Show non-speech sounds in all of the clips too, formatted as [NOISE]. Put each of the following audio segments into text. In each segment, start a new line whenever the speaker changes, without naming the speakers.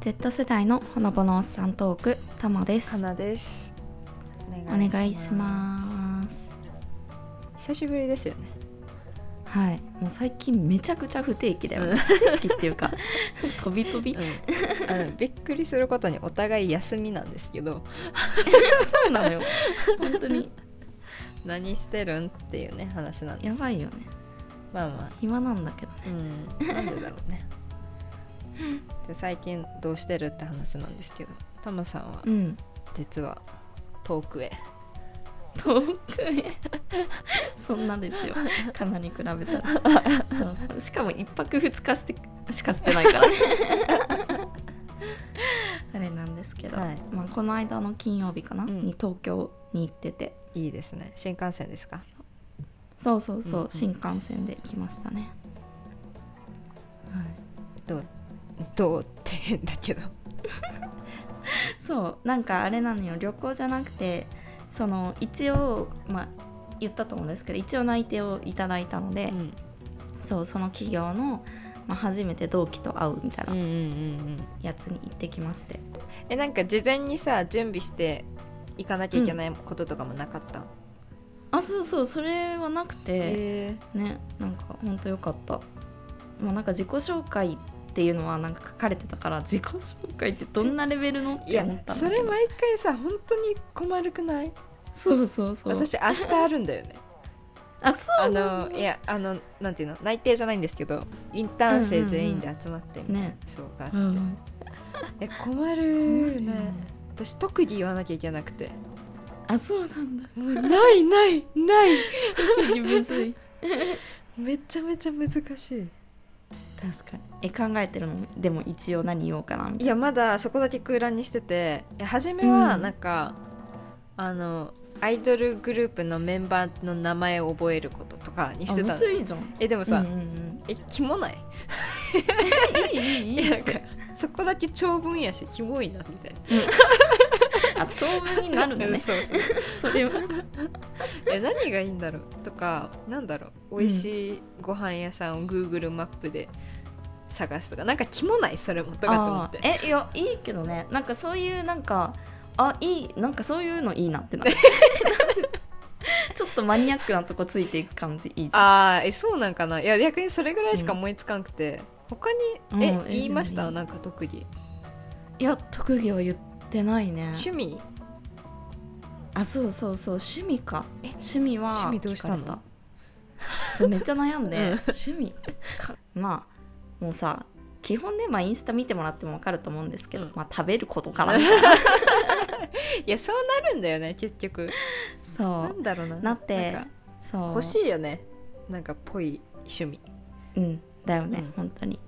Z 世代のほのぼのおっさんトークたまです
かなです
お願いします
す久しぶりですよね
[LAUGHS] はいもう最近めちゃくちゃ不定期だよね、
う
不定期っていう
[LAUGHS]
か飛び飛びそ
うん、あのびっくりすることにお互い休みなんですけ
[LAUGHS]
ど
うなのよ本当に
何してるんっていうね話なんで
やばいよね
まあまあ
暇なんだけど
うんなんでだろうねで最近どうしてるって話なんですけどタマさんは
うん
実は遠くへ
遠くへ [LAUGHS] そんなですよかなり比べたらそうそうしかも1泊2日してしかしてない [LAUGHS] からねあれなんですけど、
はい
まあ、この間の金曜日かな、
うん
に東京に行ってて
いいですね新幹線ですか
そうそうそう、
うんうん
新幹線で来ましたねはい
どうどうって変だけど
そうなんかあれなのよ旅行じゃなくてその一応まあ言ったと思うんですけど一応内定をいただいたので、
うん
そうその企業の、まあ、初めて同期と会うみたい
うん
な
うんうん
やつに行ってきまして、
えなんか事前にさ準備して行かなきゃいけないこととかもなかった、
あそうそうそれはなくて、
え
ねなんかほんとよかったまあなんか自己紹介っていうのはなんか書かれてたから自己紹介ってどんなレベルのっ
い
て
や
思ったん
そ
だけ
れ
ど
毎回さ本当に困るくない
そうそうそう
私明日あるんだよね
あそう
[LAUGHS] あのいやあのなんていうの内定じゃないんですけどインターン生全員で集まってみたいな
ね
そうがあっ
う
て、
ん
え困るね私特技言わなきゃいけなくて
あそうなんだ
もうないないない
むずい
めちゃめちゃ難しい
[LAUGHS] 確かにえ考えてるのでも一応何言おうかなみた
い
い
やまだそこだけ空欄にしてていや初めは
うん
なんか、あのアイドルグループのメンバーの名前を覚えることとかに
な
してた
あめ
の
っちゃいいじゃん
えでもさ、
うんうんうん
えキモない
いいいいいい
い [LAUGHS] やなんかそこだけ長文やしキモいなみたいな
あ長文になるのね
[LAUGHS] そうそう
それは
え何がいいんだろうとかなんだろう美味しいご飯屋さんを Google マップで探すとかなんかキモないそれもとかと思って
あーえいやいいけどねなんかそういうなんかあいいなんかそういうのいいなってな
[LAUGHS]
るちょっとマニアックなとこついていく感じいいじゃん
あーえそうなんかないや逆にそれぐらいしか思いつかなくて、他にえ、
うんえ
言いまし
で
た
も
なんか特技
いや特技は言ってないね
趣味
あそうそうそう趣味か
え
趣味は
趣味どうしたの
聞かれそうめっちゃ悩んで、
うん
趣味かまあもうさ基本ね、まあ、インスタ見てもらっても分かると思うんですけど、
うん
まあ食べることかな
いやそうなるんだよね結局な
そ
んだろうな
なって
なんか
うそう
欲しいよねなんかぽい趣味
うんだよね、
うん
本当に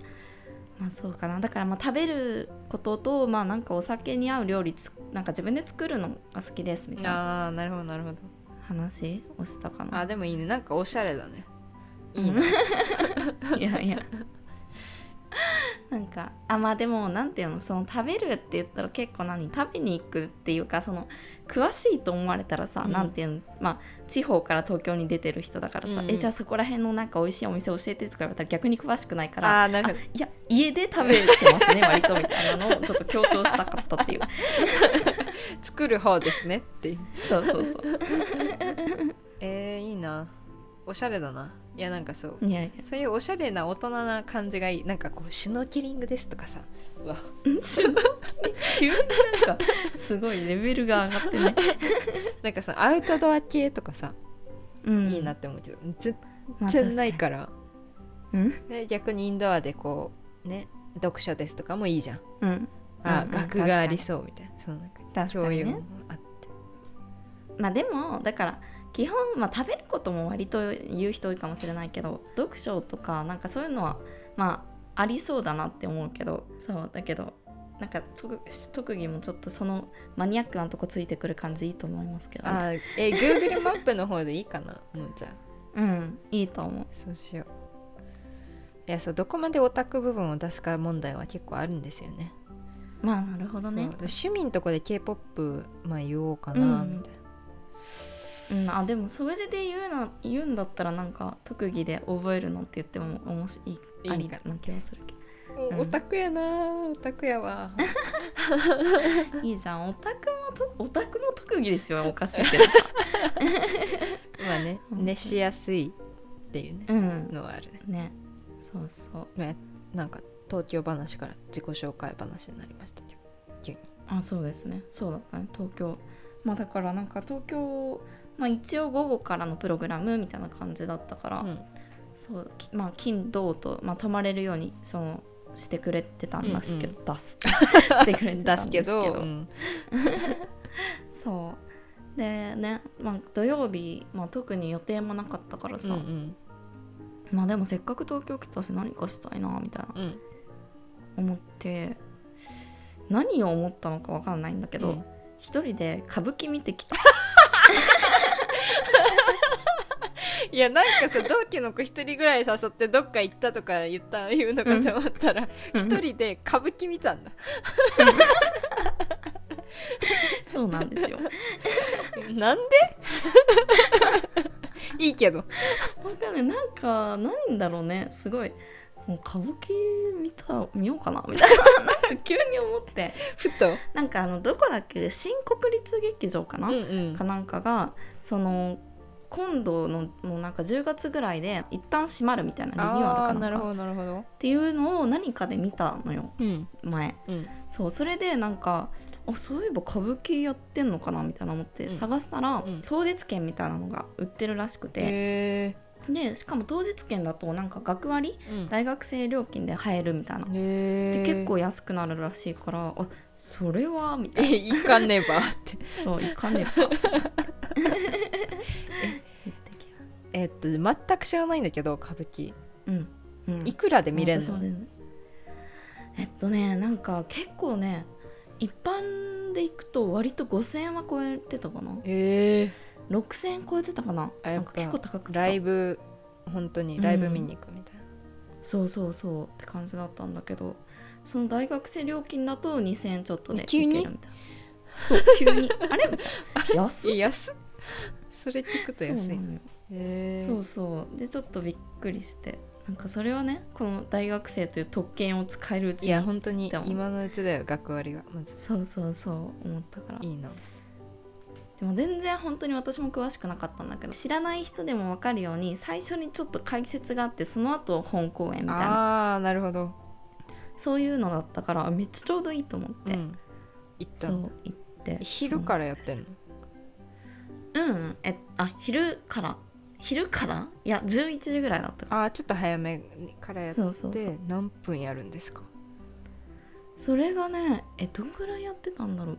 まあそうかなだからまあ食べることとまあなんかお酒に合う料理つなんか自分で作るのが好きですみたいな
ああなるほどなるほど
話をしたか
あ
な
ーでもいいねなんかおしゃれだね
うん
いいね
[LAUGHS] いやいやなんかあまあでもなんていうのその食べるって言ったら結構何食べに行くっていうかその詳しいと思われたらさ、
うん
なんていうのまあ地方から東京に出てる人だからさ、
うん
えじゃあそこら辺のなんか美味しいお店教えてとか言われたら逆に詳しくないから
ああなるほど
いや家で食べてますね [LAUGHS] 割とみたいなのをちょっと強調したかったっていう
作る方ですねっていう
[LAUGHS] そうそうそう
えー、いいなおしゃれだないやなんかそう
いやい
そういうおしゃれな大人な感じがいいなんかこうシュノーケリングですとかさう
[LAUGHS]
わ
や急に [LAUGHS] なんかすごいレベルが上がってね、 [LAUGHS]
なんかそのアウトドア系とかさ、
うん、
いいなって思うけど全
まあ
然ないから、
うん
で逆にインドアでこうね読書ですとかもいいじゃん
うん
あ、
うんうん
学がありそうみたいなそのなんか
確かに
そういうの
ね
もあって
まあでもだから基本、まあ、食べることも割と言う人多いかもしれないけど読書とかなんかそういうのはまあありそうだなって思うけどそうだけどなんか特特技もちょっとそのマニアックなとこついてくる感じいいと思いますけど、ね、
あえ Google マップの方でいいかなもうじゃあ
うんいいと思う
そうしよういやそうどこまでオタク部分を出すか問題は結構あるんですよね
まあなるほど
そう
ね
趣味のとこで k p o p まあ言おうかな
うん
みたいな、
うん、あでもそれで言うな言うんだったらなんか特技で覚えるのって言っても面白い
いい
あり
か
な気がするけど
もうオタクやなーオタクやわ
いいじゃんオタクもとオタクも特技ですよおかしいけどさ
[LAUGHS] まあね
うん
熱しやすいっていうね
うん
のはあるね
ねそうそう
まあなんか東京話から自己紹介話になりましたけど
あそうですねそうだったね東京まあだからなんか東京まあ一応午後からのプログラムみたいな感じだったから、
うん
そうきまあ金土と、まあ、泊まれるようにそのしてくれてたんですけど、出すしてくれてたんで
出
すす
け
けど
どうん
そうでね、まあ、土曜日、まあ、特に予定もなかったからさ、
うん
まあでもせっかく東京来たし何かしたいなみたいな
うんうん
思って何を思ったのかわかんないんだけど、
うん
一人で歌舞伎見てき
[LAUGHS]
た
いやなんかさ同期の子一人ぐらい誘ってどっか行ったとか言った言うのかと思ったら
うん
一人で歌舞伎見たんだ
そうなんですよ
なんで [LAUGHS] いいけど
わかんないなんかなんだろうねすごいもう歌舞伎見たら見ようかなみたいな [LAUGHS] なんか急に思って
ふと
なんかあのどこだっけ新国立劇場かな、
うん
かなんかがその今度のもうなんか10月ぐらいで一旦閉まるみたいなリニューアルか
あーな
なん
る
か
ほどなるほど
っていうのを何かで見たのよ
うん
前
うん
そうそれでなんかあそういえば歌舞伎やってんのかなみたいな思って
うん
探したら、
うん
当日券みたいなのが売ってるらしくて、
へ
でしかも当日券だとなんか学割
えうん
大学生料金で入るみたいな、
へ
で
え
結構安くなるらしいからあそれはみたいな
え行かねばって
そういかねば行ってきま
[LAUGHS] えっと全く知らないんだけど歌舞伎
すうん、うん、
いくらで見れる
私
の
も全然えっとねなんか結構ね一般で行くと割と5000円は超えてたかな
ええ
6000円超えてたかな
あや
な
っ
ん
ぱ
か結構高くて
ライブ本当にライブ見に行くみたいな、
そうそうそうって感じだったんだけどその大学生料金だと2000円ちょっとで
急
行
に
けるみたいなそう急に [LAUGHS] あれみたいな安っ
え安っ [LAUGHS] それ聞くと安
そう
い
なのよ
へえ
そうそうでちょっとびっくりしてなんかそれはねこの大学生という特権を使えるうち
い
に
や本当に
でも
今のうちだよ学割がまず
そうそうそう思ったから
いいな
でも全然本当に私も詳しくなかったんだけど知らない人でも分かるように最初にちょっと解説があってその後本公演みたいな
ああーなるほど、
そういうのだったからあめっちゃちょうどいいと思っ
う
て、
ん、行った
そ
の
う行って
昼からやってんの
うんうんえあ昼から昼からいや11時ぐらいだったか
ああちょっと早めからや
ら
って
そうそうそう
何分やるんですか
それがねえどんぐらいやってたんだろう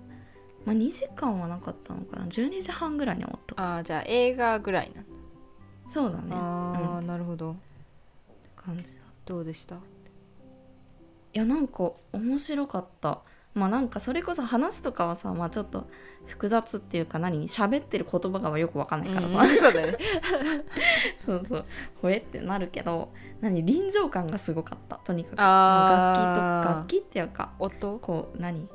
まあ2時間はなかったのかな12時半ぐらいに終わったか
ああじゃあ映画ぐらいなんだ、
そうだね
ああ、
うん、
なるほど
感じだ
どうでした
いやなんか面白かったまあなんかそれこそ話とかはさまあちょっと複雑っていうか何喋ってる言葉がよくわかんないからさ、
うんそうだね
そうそうほえってなるけど何臨場感がすごかったとにかく
あ
楽器と
あ
楽器っていうか
音
こう何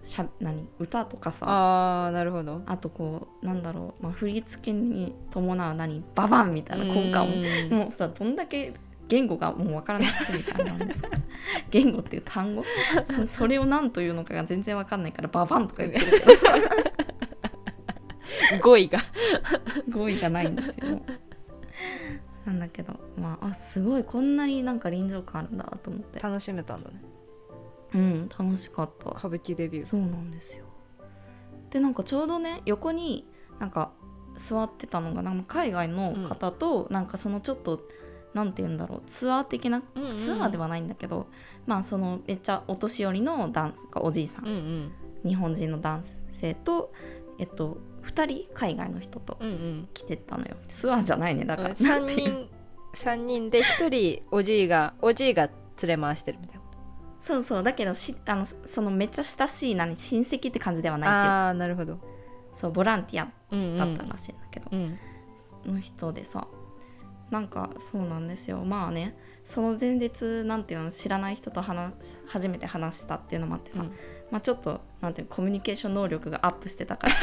しゃ何歌とかさあ
ああなるほど
とこうなんだろう、まあ、振り付けに伴う何ババンみたいな効果音
うん
もうさどんだけ言語がもうわからなすぎてあれなんですけど言語っていう単語そそれを何というのかが全然わかんないからババンとか言ってるけどさ
語彙が
語彙がないんですよなんだけどまああすごいこんなになんか臨場感あるんだと思って
楽しめたんだね
うん楽しかった
歌舞伎デビュー
そうなんですよでなんかちょうどね横になんか座ってたのがなんか海外の方と、なんかそのちょっとなんて言うんだろうツアー的な、
うんうん
ツアーではないんだけどまあそのめっちゃお年寄りのダンスかおじいさん、
うんうん
日本人の男性とえっと2人海外の人と
うんうん
来てたのよツアーじゃないねだから、なん
3
ていう
人 [LAUGHS] 三人で1人おじいがおじいが連れ回してるみたいな
そうそうだけどしあのそのめっちゃ親しい何親戚って感じではない
ああーなるほど
けどそうボランティア
うんう
だった
ん
らしいんだけど、
うん
の人でさなんかそうなんですよまあねその前日なんていうの知らない人と話し初めて話したっていうのもあってさ、
うん
まあちょっとなんていうのコミュニケーション能力がアップしてたから [LAUGHS] さ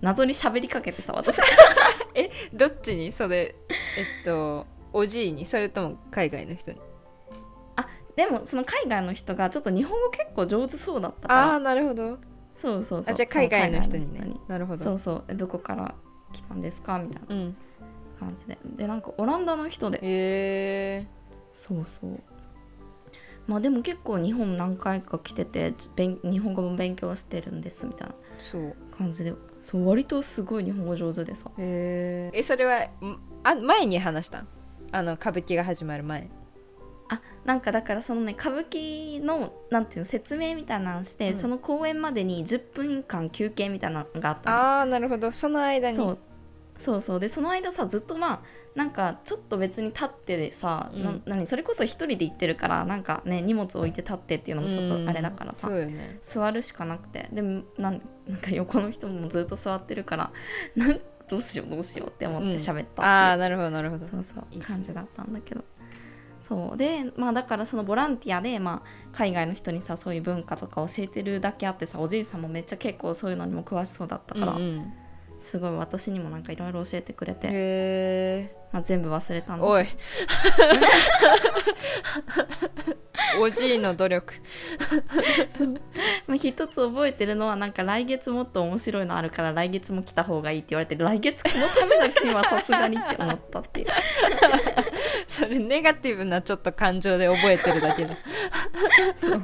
謎に喋りかけてさ私 [LAUGHS]
どっちにそれえっとおじいにそれとも海外の人に
でもその海外の人がちょっと日本語結構上手そうだったか
ああ
ら
なるほど
そうそうそう
あじゃあ海外の人
そ
に
う
ね
海外の人
なるほど
そうそうえどこから来たんですかみたいな
うん
感じででなんかオランダの人で
へえ
そうそうまあでも結構日本何回か来ててち勉日本語も勉強してるんですみたいな
そう
感じでそう割とすごい日本語上手でさ
へええそれはんあ前に話したんあの歌舞伎が始まる前
あなんかだからそのね歌舞伎のなんていうの説明みたいなのして、
うん
その公演までに10分間休憩みたいなのがあったの
ああなるほどその間に
そうそうそうでその間さずっとまあなんかちょっと別に立ってでさ、
うん
な何それこそ一人で行ってるからなんかね荷物置いて立ってっていうのもちょっとあれだからさ、
うんそうよね
座るしかなくてでもなんなんか横の人もずっと座ってるから [LAUGHS] なんどうしようどうしようって思って喋ったっていう、
ああなるほどなるほど
そうそう
いいっすね
感じだったんだけどそうでまあだからそのボランティアで、まあ、海外の人にさそういう文化とか教えてるだけあってさおじいさんもめっちゃ結構そういうのにも詳しそうだったから、
うんうん
すごい私にもなんかいろいろ教えてくれて、
へえ
まあ、全部忘れたんだけど
おい [LAUGHS] おじいの努力
まあ、一つ覚えてるのはなんか来月もっと面白いのあるから来月も来た方がいいって言われて来月このための君はさすがにって思ったっていう
それネガティブなちょっと感情で覚えてるだけじゃん
本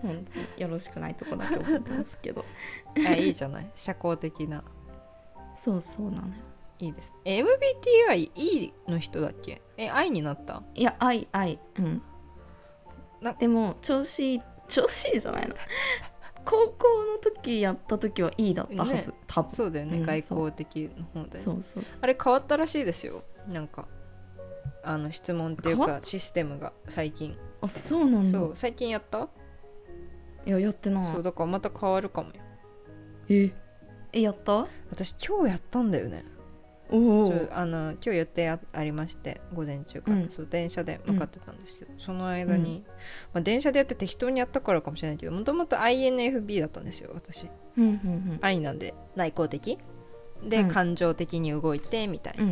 当によろしくないとこだけ思ったんですけど [LAUGHS]
いやいいじゃない社交的な
そうそうなのよ
いいです MBTI E の人だっけえ I になった
いや愛愛うん
な
でも調子いい調子いいじゃない
[LAUGHS]
の高校の時やった時はいいだったはず、
ね
多分
そうだよね、
うん
外交的の方だよね
そうそうそう
あれ変わったらしいですよなんかあの質問っていう
変わ
かシステムが最近、
あそうなんだ
そう最近やった、
いややってない
そうだからまた変わるかもよ
ええやった
私今日やったんだよね
お
そ
お
うあの今日予定あありまして午前中から、
うん
そう電車で向かってたんですけど、その間に、まあ、電車でやって適当にやったからかもしれないけどもともと INFB だったんですよ私
うんうん
愛なんで内向的で、
うん
感情的に動いてみたい
うん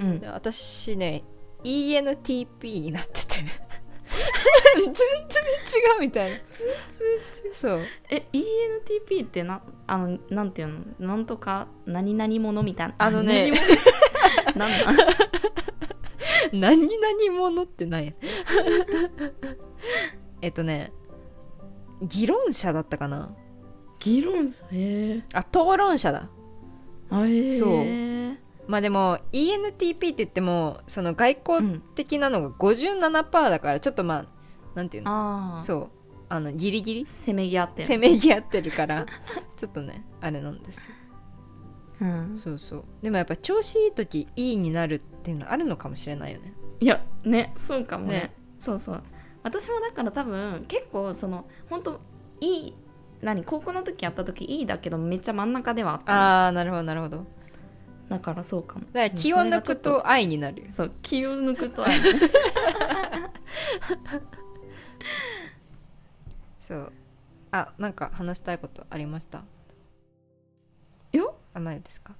う
な、
んうん
で私ね ENTP になってて全然違うみたいな [LAUGHS] そう
え ENTP ってなあのなんていうのなんとか何々者みたいな
あのね
何々な
[LAUGHS]
んなん
何々者ってなん [LAUGHS] やえっとね議論者だったかな
議論者へえ
あ討論者だ
あへえ
そう
うん
まあでも ENTP って言ってもその外交的なのが57%だからちょっとまあなんていうの
ああ
そうあのギリギリ
せめぎ合ってる
せめぎ合ってるから
[LAUGHS]
ちょっとねあれなんですよ
うん、
そうそうでもやっぱ調子いい時いいになるっていうのあるのかもしれないよね
いやねそうかもね
ね
そうそう私もだから多分結構その本当いい何高校の時やった時いいだけどめっちゃ真ん中ではあったの
ああなるほどなるほど
だからそうかも
だから気を抜く
うん
と愛になるよ
それがちょっとそう気を抜くとある
そうあなんか話したいことありました
よ
あないですか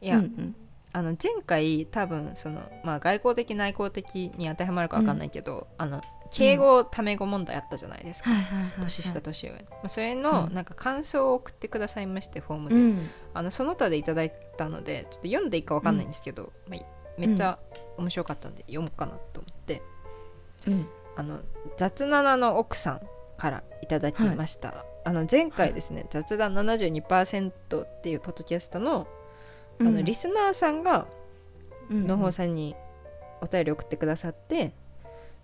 い
い
や、
うんうん、
あの前回多分その、まあ、外交的内向的に当てはまるか分かんないけど、あの敬語タメ語問題あったじゃないですか、
はいはいはい、はい、
年下年上の、まあ、それの
うん
なんか感想を送ってくださいましてフォームで、
うん
あのその他でいただいたのでちょっと読んでいいかわかんないんですけど、まあ、めっちゃ面白かったんで読もうかなと思って、
うん
あの雑七の奥さんからいただきました、あの前回ですね、雑談72%っていうポッドキャストのあのリスナーさんがのほうさんにお便り送ってくださって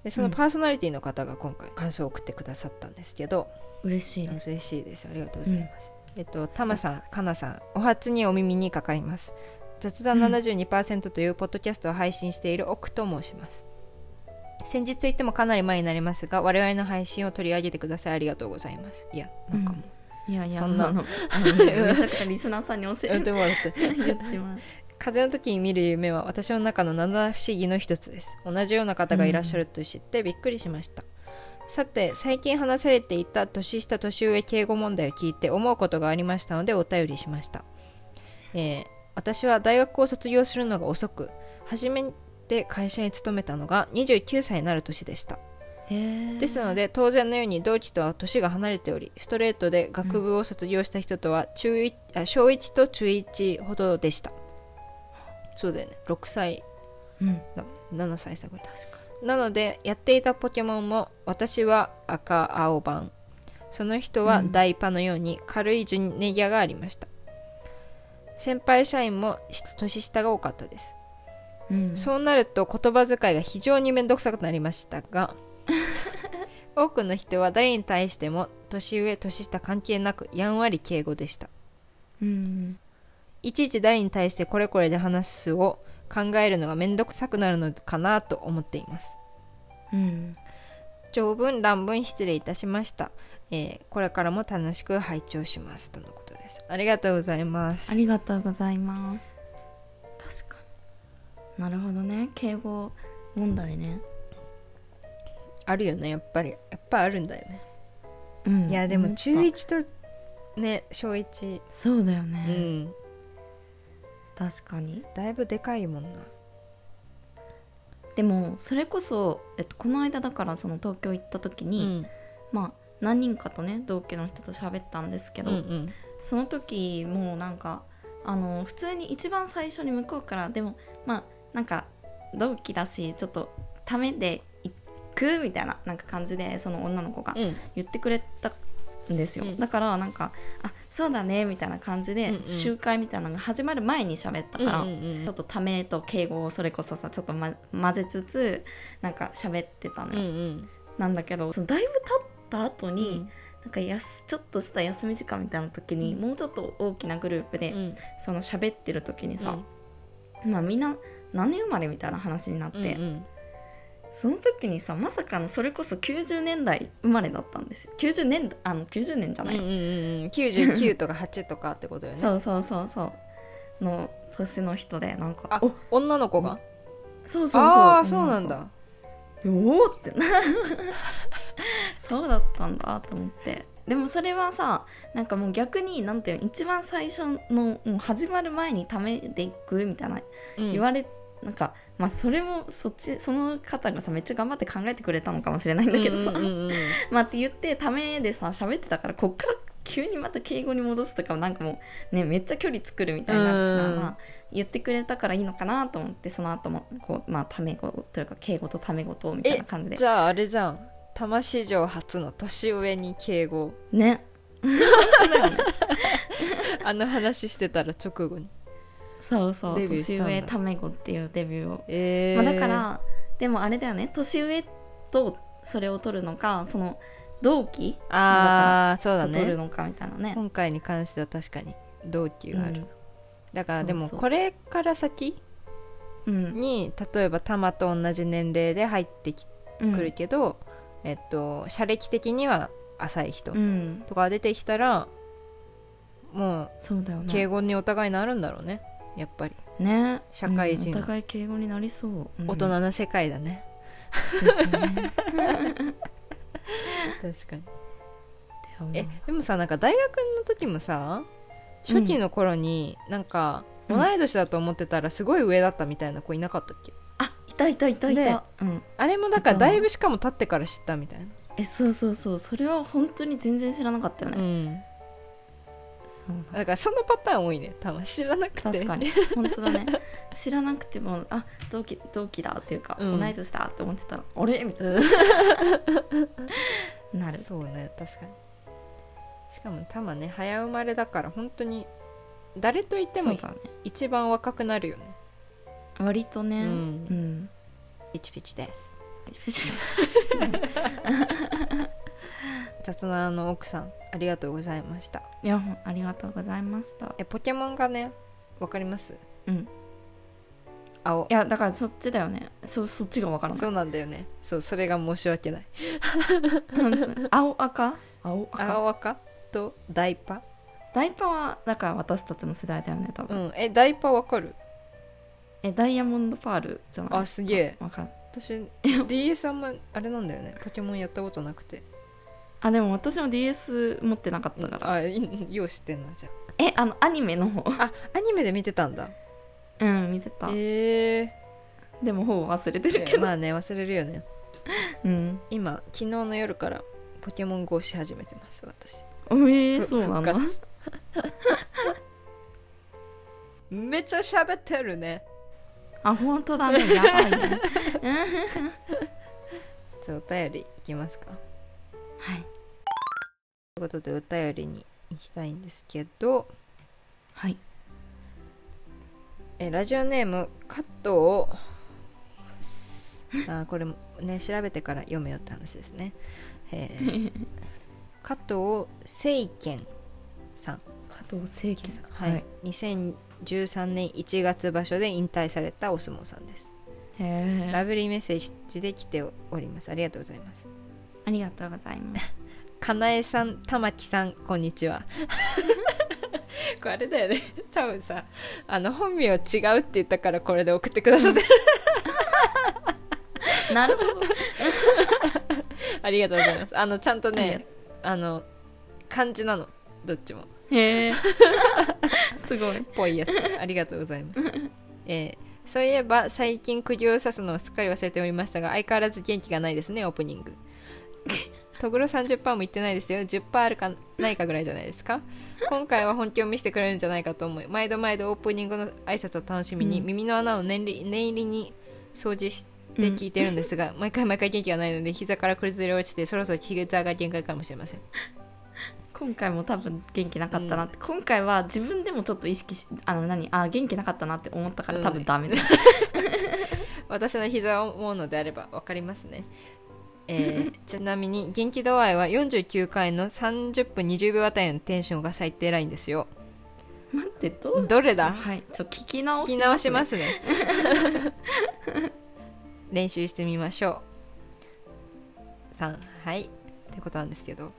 でそのパーソナリティの方が今回感想を送ってくださったんですけど、
嬉しいです
嬉しいですありがとうございます、えっとたまさんかなさんお初にお耳にかかります雑談72%というポッドキャストを配信している奥と申します先日といってもかなり前になりますが我々の配信を取り上げてくださいありがとうございますいやなんかもう、
いやいや
そんな
あのあ
[LAUGHS]
のねめちゃくちゃリスナーさんに教え
やって
て
もら [LAUGHS] って
言ってます
風邪の時に見る夢は私の中の七不思議の一つです同じような方がいらっしゃると知ってびっくりしました、さて最近話されていた年下年上敬語問題を聞いて思うことがありましたのでお便りしました、えー私は大学を卒業するのが遅く初めて会社に勤めたのが29歳になる年でした
で
ですので当然のように同期とは年が離れておりストレートで学部を卒業した人とは中1、あ小1と中1ほどでしたそうだよね6歳
うん
な7歳差ぐらい
確か
なのでやっていたポケモンも私は赤青版その人は
うん
ダイパのように軽いジュネギアがありました先輩社員も年下が多かったです
に、うん
そうなると言葉遣いが非常に面倒くさくなりました [LAUGHS] が多くの人は誰に対しても年上年下関係なくやんわり敬語でした
うん
いちいち誰に対してこれこれで話すを考えるのが面倒くさくなるのかなと思っています
うん
長文乱文失礼いたしました、えーこれからも楽しく拝聴しますとのことですありがとうございます
ありがとうございます確かになるほどね敬語問題ね
あるよねやっぱりやっぱあるんだよね、
うん
いやでも中
思った
1とね小1
そうだよ
う
ね、
ん
確かに
だいぶでかいもんな
でもそれこそ、えっと、この間だからその東京行った時に、まあ何人かとね同居の人と喋ったんですけど、
うん
その時もうなんかあの普通に一番最初に向こうからでもまあなんか同期だしちょっとためで行くみたいななんか感じでその女の子が
うん
言ってくれたんですよ、
うん
だからなんか「あそうだね」みたいな感じで、
うんうん
集会みたいなのが始まる前に喋ったから、
うんうんうん
ちょっとためと敬語をそれこそさちょっと、ま、混ぜつつなんか喋ってたのよ、
ん
なんだけどそのだいぶ経った後に、
うん
なんかやすちょっとした休み時間みたいな時に、もうちょっと大きなグループで、
うん
その喋ってる時にさ、まあみんな何年生まれみたいな話になって、
うん
その時にさまさかのそれこそ90年代生まれだったんですよ90年あの90年じゃ
うん
な
う
い、
んうんうん99とか8とかってことよね
そうそうそうそうの年の人でなんか
あ
お
女の子が
そうそうそう
ああそうなんだ
おおってそうだったんだと思ってでもそれはさなんかもう逆になんていうの一番最初のもう始まる前にためでいくみたいな言われ、なんかまあそれもそっちその方がさめっちゃ頑張って考えてくれたのかもしれないんだけどさ、
うんうんうんうん
まあって言ってためでさ喋ってたからこっから急にまた敬語に戻すとかもなんかもうねめっちゃ距離作るみたいになるしな、
うん
まあ、言ってくれたからいいのかなと思ってその後もこうまあタメ語というか敬語とタメ語とみたいな感じで
じゃああれじゃん多摩史上初の年上に敬語
ね
あの話してたら直後に
そうそう
デビューし
年
たんだ
上タメ語っていうデビューを、
え
まあ、だからでもあれだよね年上とそれを取るのかその同期
ああそうだ
と取る
ね
のかみたいなね
今回に関しては確かに同級あるだからでも
そうそう
これから先
うん
に例えばタマと同じ年齢で入ってき
うん
くるけど、えっと社歴的には浅い人
うん
とかが出てきたら、もう
そうだよ
敬
ね
語にお互いなるんだろうねやっぱり
ね
社会人
うんお互い敬語になりそう、うん
大人な世界だね、
ですね
[LAUGHS] 確か
っ
に
て思う
えでもさなんか大学の時もさ初期の頃になんか
うん
同い年だと思ってたらすごい上だったみたいな子いなかったっけ、
あいたいたいたいた、
ね
うん
あれもだからだいぶしかも経ってから知ったみたいな、
えそうそうそうそれは本当に全然知らなかったよ
う
ね、
ん
そうなん
だからそのパターン多いねたま知らなくて
確か [LAUGHS] に本当だね知らなくてもあ同期同期だっていうか、
うん
同い年だって思ってたらあれみたいな [LAUGHS] なる
そうね確かにしかもタマね早生まれだから本当に誰といても
そうだね
一番若くなるよね
割とね
う
うんん、
ピチピチです雑なの奥さんありがとうございました
いやほんありがとうございました
えポケモンがねわかります
うん
青
いやだからそっちだよねそそっちがわからな
そ
いう
なんだよねそうそれが申し訳ない
青赤青赤
青赤とダイパ
ダイパはだから私たちの世代だよね多
う
分、
んえダイパわかる
えダイヤモンドパールじゃない
あすげえ
わかんない
私 [LAUGHS] DS あんまあれなんだよねポケモンやったことなくて
あでも私も DS 持ってなかったから、
あいよう知ってんなじゃ
えあのアニメの方 [LAUGHS]
ああアニメで見てたんだ
うん見てた
ええ
でもほぼ忘れてるけど、
まあね忘れるよね
うん
今昨日の夜からポケモン GO をし始めてます私
えー、
ふ
そうなんだ
復活めっちゃ喋ってるね
あ本当だねやばいね [LAUGHS]
じゃあお便りいきますかと
は
い
い、
うことでお便りに行きたいんですけど
はい、
えラジオネーム加 [LAUGHS] 藤すあーこれもね調べてから読めよって話ですね、え [LAUGHS] ー加藤聖賢さん
加藤聖輝さん
はい、2013年1月場所で引退されたお相撲さんです、
へえ
ラブリーメッセージで来ておりますありがとうございます
ありがとうございます
かなえさん玉木さんこんに
[LAUGHS]
ちはこれあれだよね多分さあの本名違うって言ったからこれで送ってくださって
[LAUGHS] なるほど
ありがとうございますあのちゃんと
ありが
ねあの漢字なのどっちも
へえ [LAUGHS] すごい
ぽいやつありがとうございます、 [LAUGHS] えーそういえば最近釘を刺すのをすっかり忘れておりましたが相変わらず元気がないですねオープ
[LAUGHS]
ニングとぐろ30%もいってないですよ10%あるかないかぐらいじゃないですか今回は本気を見せてくれるんじゃないかと思い毎度毎度オープニングの挨拶を楽しみに、
うん
耳の穴を念入り念入りに掃除して聞いてるんですが、毎回毎回元気がないので膝から崩れ落ちてそろそろ膝が限界かもしれません
今回も多分元気なかったなって、今回は自分でもちょっと意識しあの何あ元気なかったなって思ったから多分ダメです、
私の膝を思うのであれば分かりますね、えー [LAUGHS] ちなみに元気度合いは49回の30分20秒あたりのテンションが最低ラインですよ
待ってどう
どれだ
はいちょっと聞き直
聞
し
き直しま
[LAUGHS]
すすね練習してみましょう3はいってことなんです
[LAUGHS]
けど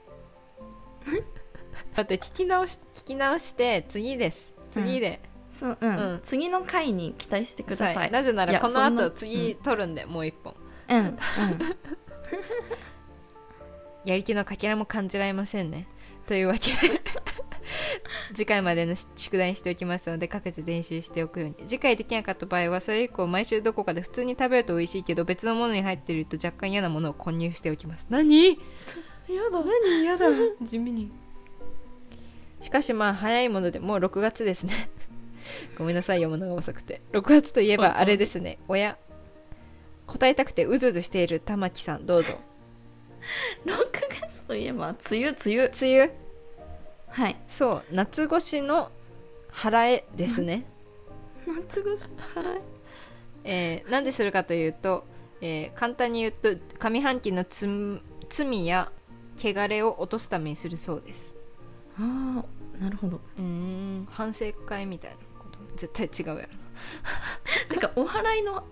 だって聞き直し聞き直して次です次で、
そう、うん
うん
次の回に期待してください、
はいなぜないら
や
この
そんな
後次取るんで、もう一本
うん [LAUGHS] うん
やる気のかけらも感じられませんね。というわけで [LAUGHS] 次回までの宿題にしておきますので各自練習しておくように次回できなかった場合はそれ以降毎週どこかで普通に食べると美味しいけど別のものに入っていると若干嫌なものを混入しておきます何
やだ
何嫌だ地味にしかしまあ早いものでもう6月ですね [LAUGHS] ごめんなさい読むのが遅くて6月といえばあれですねおや答えたくてうずうずしている玉木さんどうぞ
6月といえば梅雨梅雨
梅雨
はい
そう夏越しの腹絵ですね、
夏越しの払い
えーなんでするかというと、えー簡単に言うと上半期のつん罪や汚れを落とすためにするそうです
ああなるほど
うーん反省会みたいなこと絶対違うや
てかお祓いの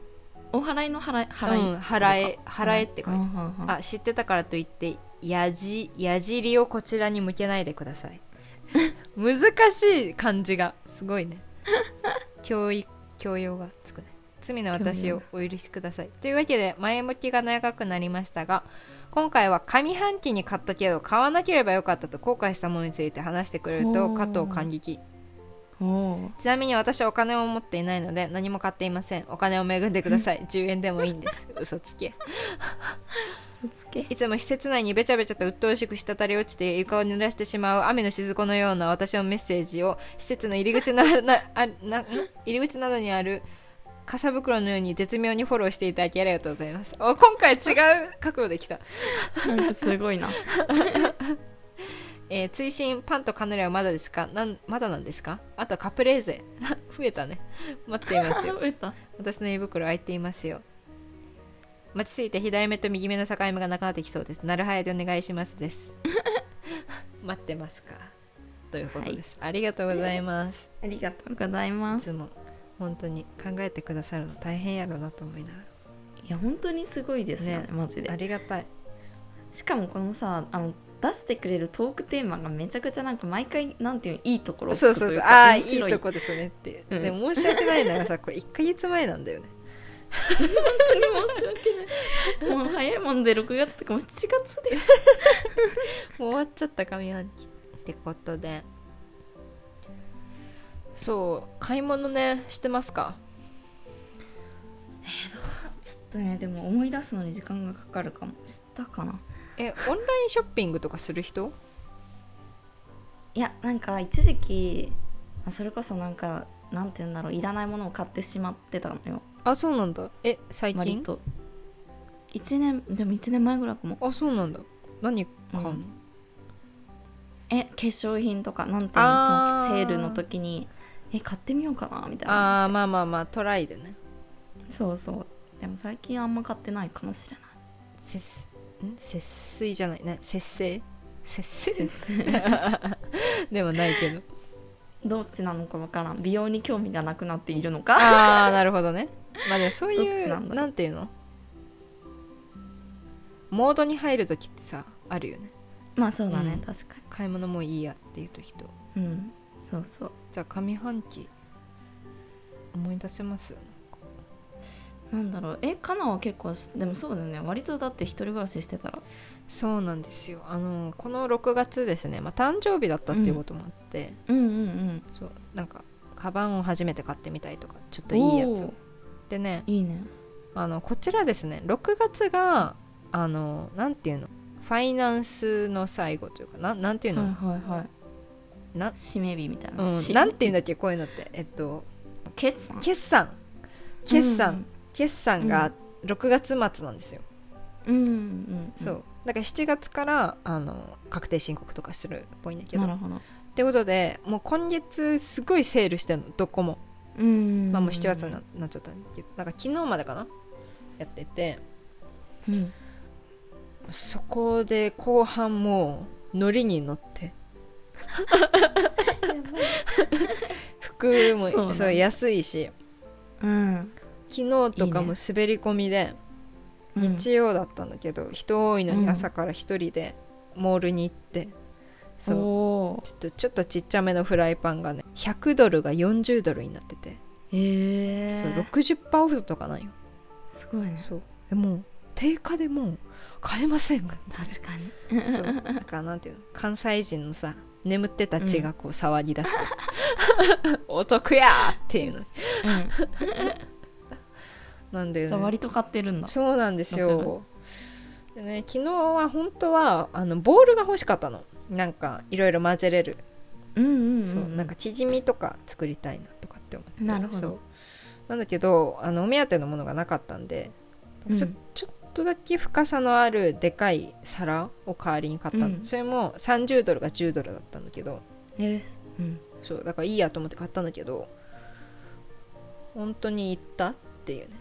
お祓いの払い
ろ、
払い、
うん、払え払えって書いてある、
あ
あ知ってたからといってやじ矢尻をこちらに向けないでください [LAUGHS] 難しい漢字がすご
[LAUGHS]
いね教育教養がつくね罪の私をお許しくださいというわけで前向きが長くなりましたが今回は上半期に買ったけど買わなければよかったと後悔したものについて話してくれると
おー
加藤感激
おお
ちなみに私はお金を持っていないので何も買っていませんお金を恵んでくださ
[LAUGHS]
い10円でもいいんです嘘つけ
嘘つけ
いつも施設内にべちゃべちゃと鬱陶しく滴り落ちて床を濡らしてしまう雨の雫のような私のメッセージを施設の入り
[LAUGHS]
口ななあなな入り口などにある傘袋のように絶妙にフォローしていただきありがとうございますお今回違う覚悟できた、
なんか [LAUGHS] すごいな
えー追伸パンとカヌレはまだですかなんまだなんですかあとカプレーゼ [LAUGHS] 増えたね待っていますよ
食べた
私の胃袋開いていますよ待ちすぎて左目と右目の境目がなくなってきそうですなるはやでお願いしますです
[LAUGHS]
待ってますかということです、ありがとうございます
[LAUGHS] ありがとうございま
い
す
つも本当に考えてくださるの大変やろうなと思いなが
いや本当にすごいですよね
ね
マジ
らあ
で
りがたい
しかもこのさあの出してくれるトークテーマがめちゃくちゃなんか毎回なんていうのいいところを
そ
つ
う
く
そう
とい
そうう
か
ああ
面
いい
白い
とこですねって、
うん
でも申し訳ないのがさこれ1ヶ月前なんだよね
もう早いもんで6月とかもう7月です
もう終わっちゃった上半期ってことでそう買い物ねしてますか
ちとねでも思い出すのに時間がかかるかも知ったかな
えオンラインショッピングとかする人
いやなんか一時期あそれこそなんかなんて言うんだろういらないものを買ってしまってたのよ
あそうなんだえ最
割
近
と1年でも1年前ぐらいかも
あそうなんだ何買うの、
うんえ化粧品とかなんていうのそ
あー
のセールの時にえ買ってみようかなみたいな
ああまあまあまあトライでね
そうそうでも最近あんま買ってないかもしれない
節ん節水じゃないな節制節制 [LAUGHS] ではないけど
[LAUGHS] どっちなのかわからん美容に興味がなくなっているのか
[LAUGHS] ああなるほどねまあでもそうい
どっち
う
な
なん
だろうん
ていうのモードに入る時ってさあるよね
まあそうだね、
うん
確か
買い物もういいやっていう時と
にうんそうそう
じゃあ上半期思い出せます
なんだろうえかなは結構でもそうだよね割とだって一人暮らししてたら
そうなんですよあのこの6月ですね、まあ、誕生日だったっていうこともあって、
うんうんうん
そうなんかカバンを初めて買ってみたりとかちょっといいやつ
お
を
ー
でね
いいね
あのこちらですね6月があのなんていうのファイナンスの最後というかななんていう
は
の、
いはいはい
な
締め日みたいな、
うん、
締
なんていうんだっけこういうのってえっと
決算
決算決算、決算が6月末なんですよ、
うんうんうん、うん、
そうだから7月からあの確定申告とかするっぽいんだけど
なるほど
ってことでもう今月すごいセールしてんのどこも、
うん
まあもう7月にななっちゃったんだけどなんか昨日までかなやってて
うん
そこで後半もうノリに乗って服も
そう
そ
なだ
うん安いし
うん
昨日とかも滑り込みで
うん
日曜だったんだけど、人多いのに朝から一人でモールに行って、そう
お
ちょっとちょっとちっちゃめのフライパンがね100ドルが40ドルになってて、
へえ
そう60%オフとかなんよ
すごいね
そうでもう定価でもう買え
[LAUGHS]
ません
確かに
そうだからなんていうの関西人のさ眠ってた血がこう騒ぎ出すと、 [LAUGHS] お得やーっていうのなんだよ
じ
ね
ゃあ割と買ってるんだ
そうなんです
わか
よでね昨日は本当はあのボールが欲しかったのなんかいろいろ混ぜれる
うんうんうん
そうなんか縮みとか作りたいなとかって思って
なるほど
そうなんだけどあのお目当てのものがなかったんで、
うん
ちょちょっとだけ深さのあるでかい皿を代わりに買ったの、
うん
それも30ドルが10ドルだったんだけど
えーうん
そうだからいいやと思って買ったんだけど本当に行ったっ
[LAUGHS]
ていうね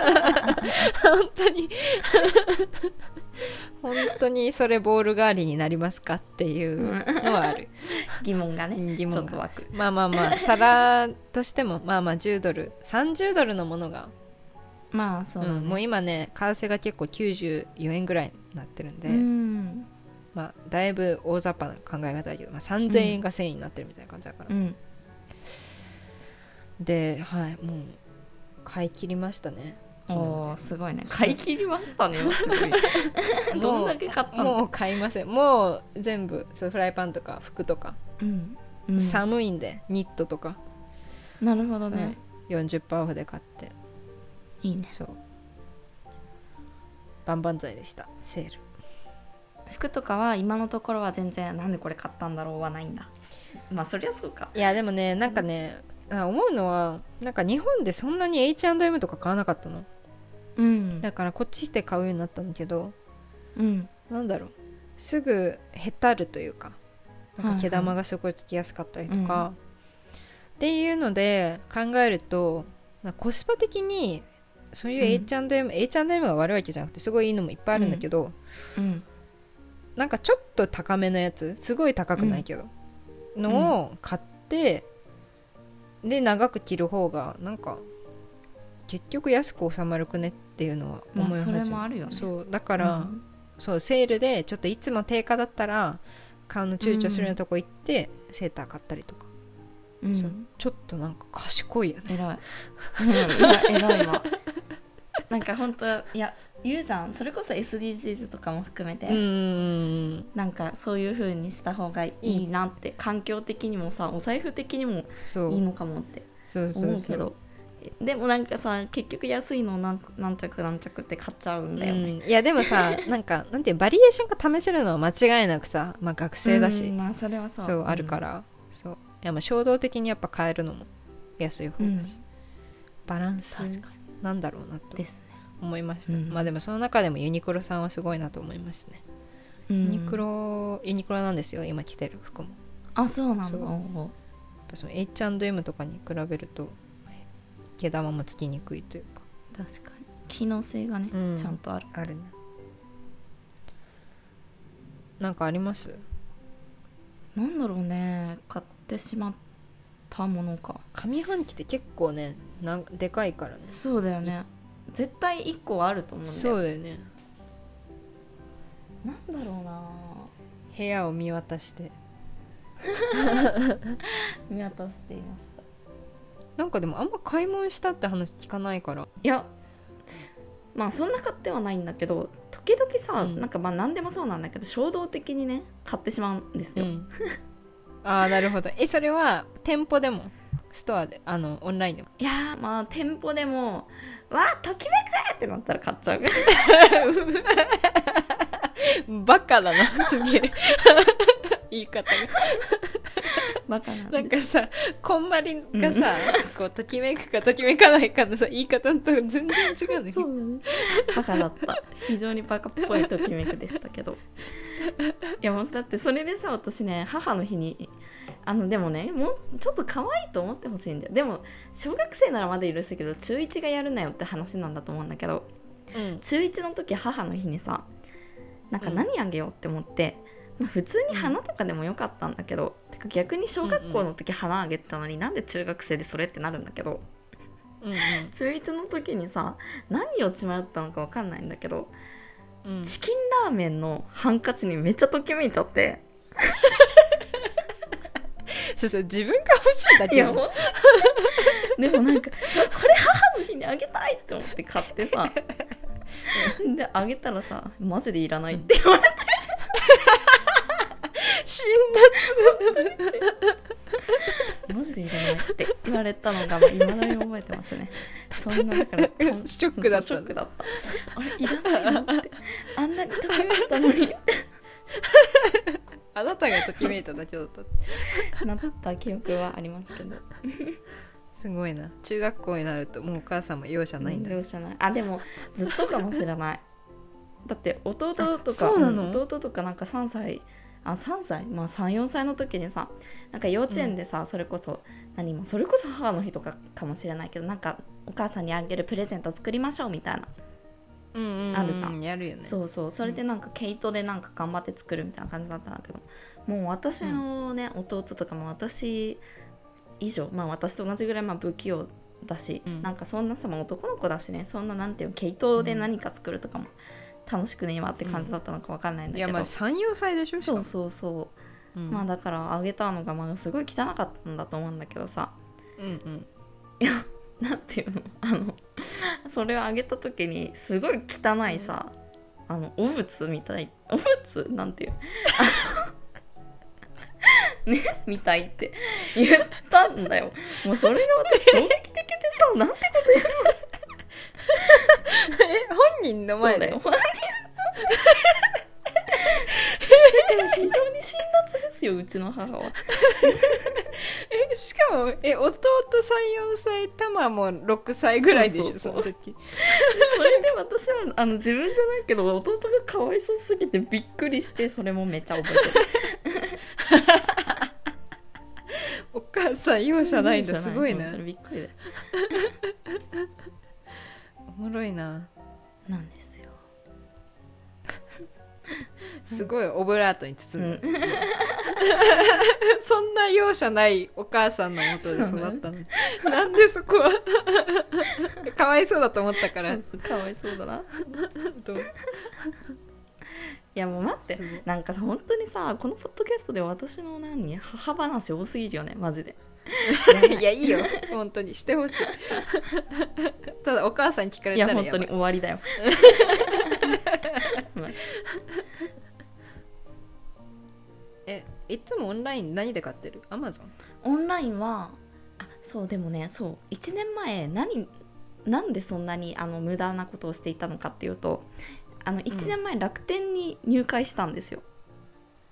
本当に [LAUGHS] 本当にそれボール代わりになりますかっていうのは
[LAUGHS]
ある
疑問がね
疑
ちょ
問
っと
が
湧く
まあまあまあ皿としてもまあまあ10ドル30ドルのものが、
まあそうだ
うんもう
ね
今ね為替が結構94円ぐらいになってるんで、
うん
まあだいぶ大雑把な考え方だけど、まあ、3000円が1000円になってるみたいな感じだから、
うん
ではいもう買い切りましたね
おーすごいね買い切りましたねすごいどんだけ買ったの
[LAUGHS] もう買いませんもう全部そうフライパンとか服とか、
うんうん
寒いんでニットとか、
なるほどね
はい40%オフで買って
いいね
そう万々歳でしたセール
服とかは今のところは全然なんでこれ買ったんだろうはないんだまあそりゃそうか
いやでもねなんかねあ思うのはなんか日本でそんなに H&M とか買わなかったの
うん
だからこっち来て買うようになったんだけど
うん
なんだろうすぐへたるというかなんか毛
はいは
玉
い
がすごいつきやすかったりとか、
うん
っていうので考えるとなんかコスパ的にそういう H&M、H&M が悪いわけじゃなくてすごいいいのもいっぱいあるんだけど、
うん
なんかちょっと高めのやつすごい高くないけど、のを買って、で長く着る方がなんか結局安く収まるくねっていうのは
ま
思
あ
い始
そ
め
れもあるよね
そうだから、そうセールでちょっといつも定価だったら買うの躊躇するようなとこ行って、セーター買ったりとか
うん
そうちょっとなんか賢いよね
偉い、うん、いや偉いわ [LAUGHS] なんか本当いや言うじゃんそれこそ SDGs とかも含めて、
ん
なんかそういう風にした方がいいなって環境的にもさお財布的にも
そう
いいのかもって
そうそ
思
う
う
そ
け
う
どでもなんかさ結局安いのをなん何着何着って買っちゃうんだよね、
うんいやでも [LAUGHS] さなんかなんていうバリエーションが試せるのは間違いなくさ、まあ、学生だし、
うんまあそれはそう、
そうあるからら、そういやまあ衝動的にやっぱ買えるのも安い方だし、
う
バランス
確かに
なんだろうなと
ですね、
思いました、
うん
まあでもその中でもユニクロさんはすごいなと思いましたね、ユニクロユニクロなんですよ今着てる服も
あそうなん
そ
だ
う
おう
やっぱその H&M とかに比べると毛玉もつきにくいというか
確かに機能性がね、
うん
ちゃんとある
あるねなんかあります
なんだろうね買ってしまったものか
上半期って結構ねなんでかいからね
そうだよね絶対1個はあると思うんだ
そ
よ
うだよね
なんだろうな
部屋を見渡して
見渡しています
なんかでもあんま買い物したって話聞かないから
いやまあそんな買ってはないんだけど時々さ、
うん
なんかまあ何でもそうなんだけど衝動的にね買ってしまうんですよ、
ん [LAUGHS] ああなるほどえそれは店舗でもストアであのオンラインでも
いやーまあ店舗でも「わあときめく!」ってなったら買っちゃ
[LAUGHS]
う
バカだなすげえ [LAUGHS] 言い方が
バカ [LAUGHS] なん
[LAUGHS] なん
で
かさこんまりがさ、 [LAUGHS] こうときめくかときめかないかのさ言い方と全然違うね
すそうだねバカだった非常にバカっぽいときめくでしたけどいやもうだってそれでさ私ね母の日にあのでもねもうちょっと可愛いと思ってほしいんだよでも小学生ならまだ許すけど中1がやるなよって話なんだと思うんだけど
うん
中1の時母の日にさなんか何あげようって思って、まあ、普通に花とかでもよかったんだけど、てか逆に小学校の時花あげてたのに、なんで中学生でそれってなるんだけど
うん
中1の時にさ何を血迷ったのかわかんないんだけど、
うんうん
チキンラーメンのハンカチにめっちゃときめいちゃって
そうそう自分が欲しいだ
い
け
や
なの
ほん [LAUGHS] でもなんかこれ母の日にあげたいって思って買って
[LAUGHS]
さであげたらさマジでいらない
[LAUGHS]
って言われて
辛
マジでいらないって言われたのがまあ未だに覚えてますね。そんなだからとん
[LAUGHS] ショックだった
そうショックだった。あれいらないのってあんなにときめいたのにっ
辣あなたがときめいただけだった
てなった記憶はありますけど。
すごいな中学校になるともうお母さんも容赦ないんだ、
容赦ない。あでもずっとかもしれ
[LAUGHS]
ない。だって弟とか
あそうなの
ん弟とかなんか3歳あ3歳まあ34歳の時にさなんか幼稚園でさ、それこそ何もそれこそ母の日とかかもしれないけどなんかお母さんにあげるプレゼント作りましょうみたいな
うんうんうん
あるじゃん
やるよね
そうそうそれでなんか毛糸でなんか頑張って作るみたいな感じだったんだけどもう私のね、弟とかも私以上まあ私と同じぐらいまあ不器用だし、
うん
なんかそんなさまあ男の子だしねそんななんていうの毛糸で何か作るとかも楽しくね今って感じだったのかわかんないんだ
い
けど、
やまあ34歳でしょ
そうそうそう、
う、うん、
まあだからあげたのがまあすごい汚かったんだと思うんだけどさ
うんうん
なんていうのあのそれをあげた時にすごい汚いさあのお仏みたいお仏なんていうあのね [LAUGHS] みたいって言ったんだよもうそれが私衝撃的で
[LAUGHS]
さなんて
え本人の
そう
前
だ
で
よ [LAUGHS] だけど非常に辛辣ですようちの母は
えしかもえ弟34歳タマも6歳ぐらいでしょ
そ
そう
そうそう
の時
それで私はあの自分じゃないけど弟がかわいそうすぎてびっくりしてそれもめっちゃ
[LAUGHS]
覚えてる
お母さん容赦ないん
じ
だ
ゃ
すごい
本
な
当にびっくりだよ
おもろいな
なんですよ
すごいオブラートに包む、
う
[LAUGHS] そんな容赦ないお母さんの元
[LAUGHS]
で
そう
育
ね
ったのになんでそこは [LAUGHS] かわいそうだと思ったから
そうそうかわいそうだない
どう
やもう待って
すごい
なんかさ本当にさこのポッドキャストで私の何母話多すぎるよねマジで
いやいいよ [LAUGHS] 本当にしてほしい [LAUGHS] ただお母さんに聞かれ
いや
たらやば
本
い
当に終わりだよまあ
えいつもオンライン何で買ってるアマゾン
オンラインはあそうでもねそう1年前何なんでそんなにあの無駄なことをしていたのかっていうとあの1年前楽天に入会したんですよ、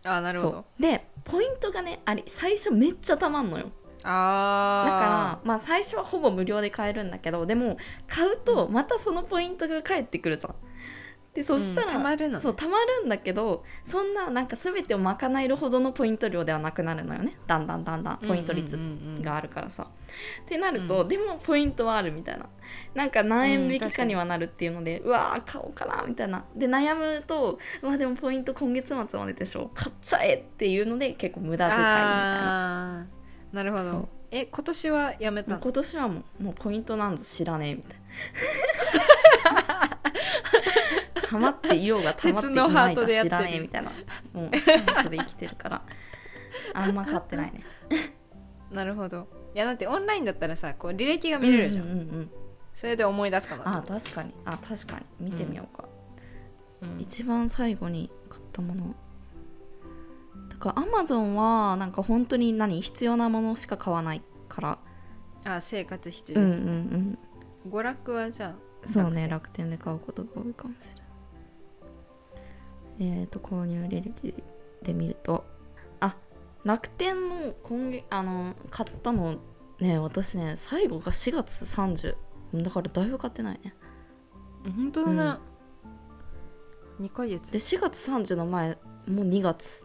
あなるほ
そ
ど
うでポイントがねあれ最初めっちゃたまんのよだ
あ
からまあ最初はほぼ無料で買えるんだけどでも買うとまたそのポイントが返ってくるじゃん。でそしたら、
うん溜まるのね
そうたまるんだけどそんななんか全てを賄えるほどのポイント量ではなくなるのよねだんだんだんだんポイント率があるからさ。ってなると、
う
でもポイントはあるみたいななんか何円引きかにはなるっていうので、うわー買おうかなみたいなで悩むとうわでもポイント今月末まででしょ買っちゃえっていうので結構無駄遣いみたいな。
あーなるほ
そう
どえ今年はやめた
もう
の
今年はもうもうポイントなんぞ知らねえみたい
[LAUGHS]
な。たまっていようがたまってい
鉄のハ
ま
ー
い
ト
が
でやって
知ら
る
ねえみたいなもうスタンスで生きてるからあんま買ってないね
なるほどいやだってオンラインだったらさこう履歴が見れるじゃん、
うんうんうん
それで思い出すかなと
あ確かにあ確かに見てみようか、
うん
一番最後に買ったものだからアマゾンはなんか本当に何必要なものしか買わないから
あ生活必
うんうん
需、
うん
娯楽はじゃ
そうね楽天で買うことが多いかもしれないえっ、と購入履歴で見るとあ楽天の今月あの買ったのね私ね最後が4月30だからだいぶ買ってないね
あ本当だね、二2ヶ月
で4月30の前もう2月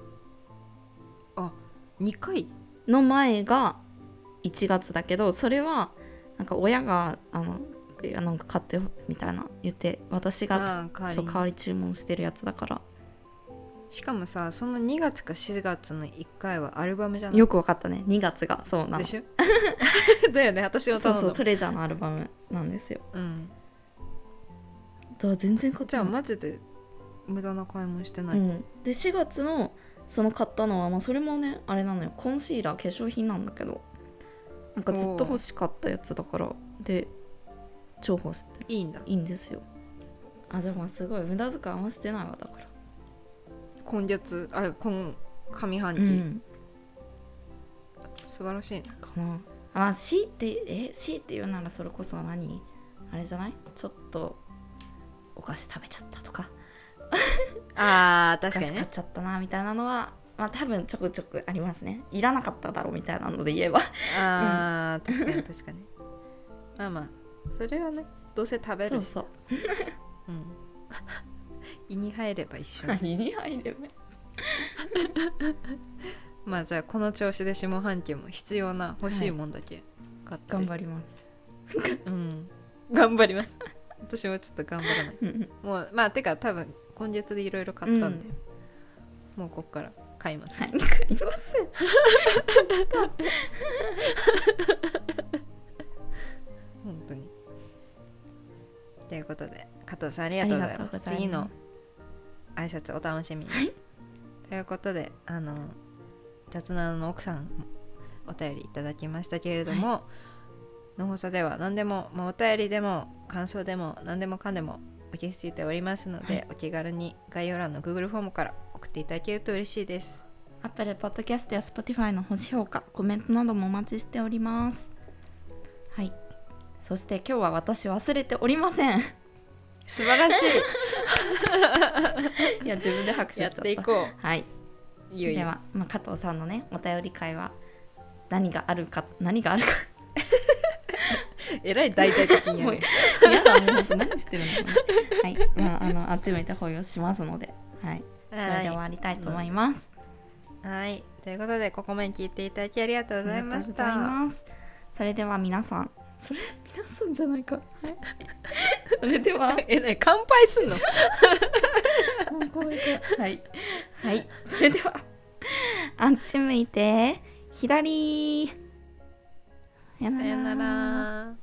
2回
の前が1月だけどそれはなんか親があのいやなんか買ってみたいな言って私が
あー代わり
そう
に
代わり注文してるやつだから
しかもさその2月か4月の1回はアルバムじゃない
よくわかったね2月がそうなの
でしょ [LAUGHS] だよね私は
そう
頼ん
そ
だ
うトレジャーのアルバムなんですよ
うん、
だから全然買っ
じ
て
ゃ
な
あ
い
マジで無駄な買い物してない、
うん、で4月のその買ったのは、まあ、それもねあれなのよコンシーラー化粧品なんだけどなんかずっと欲しかったやつだからで重宝してる
いいんだ
いいんですよあじゃあまあすごい無駄遣いあんましてないわだから
今月あ今上半期、
うん
素晴らしいね
かなあまあ C ってえ C って言うならそれこそ何あれじゃないちょっとお菓子食べちゃったとか
あー確
昔買っちゃったなみたいなのはまあ多分ちょくちょくありますねいらなかっただろうみたいなので言えば
あー確かに確かにまあまあそれはねどうせ食べ
そ
る
う
し
そう
うん胃に入れば一緒
何に入れば
まあじゃあこの調子で下半期も必要な欲しいもんだけ買って、
頑張ります
うん、頑張ります私もちょっと頑張らない
うん
もうまあてか多分今月でいろいろ買ったんで、もうこっから買います、
はい買います
本当にということで加藤さんあり
あ
が
り
とうご
が
ざ
とう
いま
ご
す
ざいます
次の挨拶お楽しみに、ということであの雑なの奥さんもお便りいただきましたけれども、のほさでは何でも、まあ、お便りでも感想でも何でもかんでも受け付けておりますので、お気軽に概要欄の Google フォームから送っていただけると嬉しいです
[LAUGHS] アップルポッドキャストや Spotify の星評価コメントなどもお待ちしておりますはいそして今日は私忘れておりません [LAUGHS] い
素晴らし
や自分で拍
い
手しちゃ
[LAUGHS] やっ
った
ていこ
はい、
ういいよいい
で
よ
は、まあ、加藤さんのねお便り会は何があるか何があ [LAUGHS] るか
えらい大々的にや
もう
る
皆さんもう本当何してるのかなはい、まあ、あのあっち向いて抱擁しますので、はい、それで終
[LAUGHS] は
わりたいと思います。
いはいということでここまで聞いていただきありがとうございまし
ありがとうござい
た
ますそれでは皆さん、それ皆さんじゃないか。はい、 [LAUGHS] それでは、
[LAUGHS] えね乾杯すんの
はい、はい、それではあっち向いて左。さ
さよなら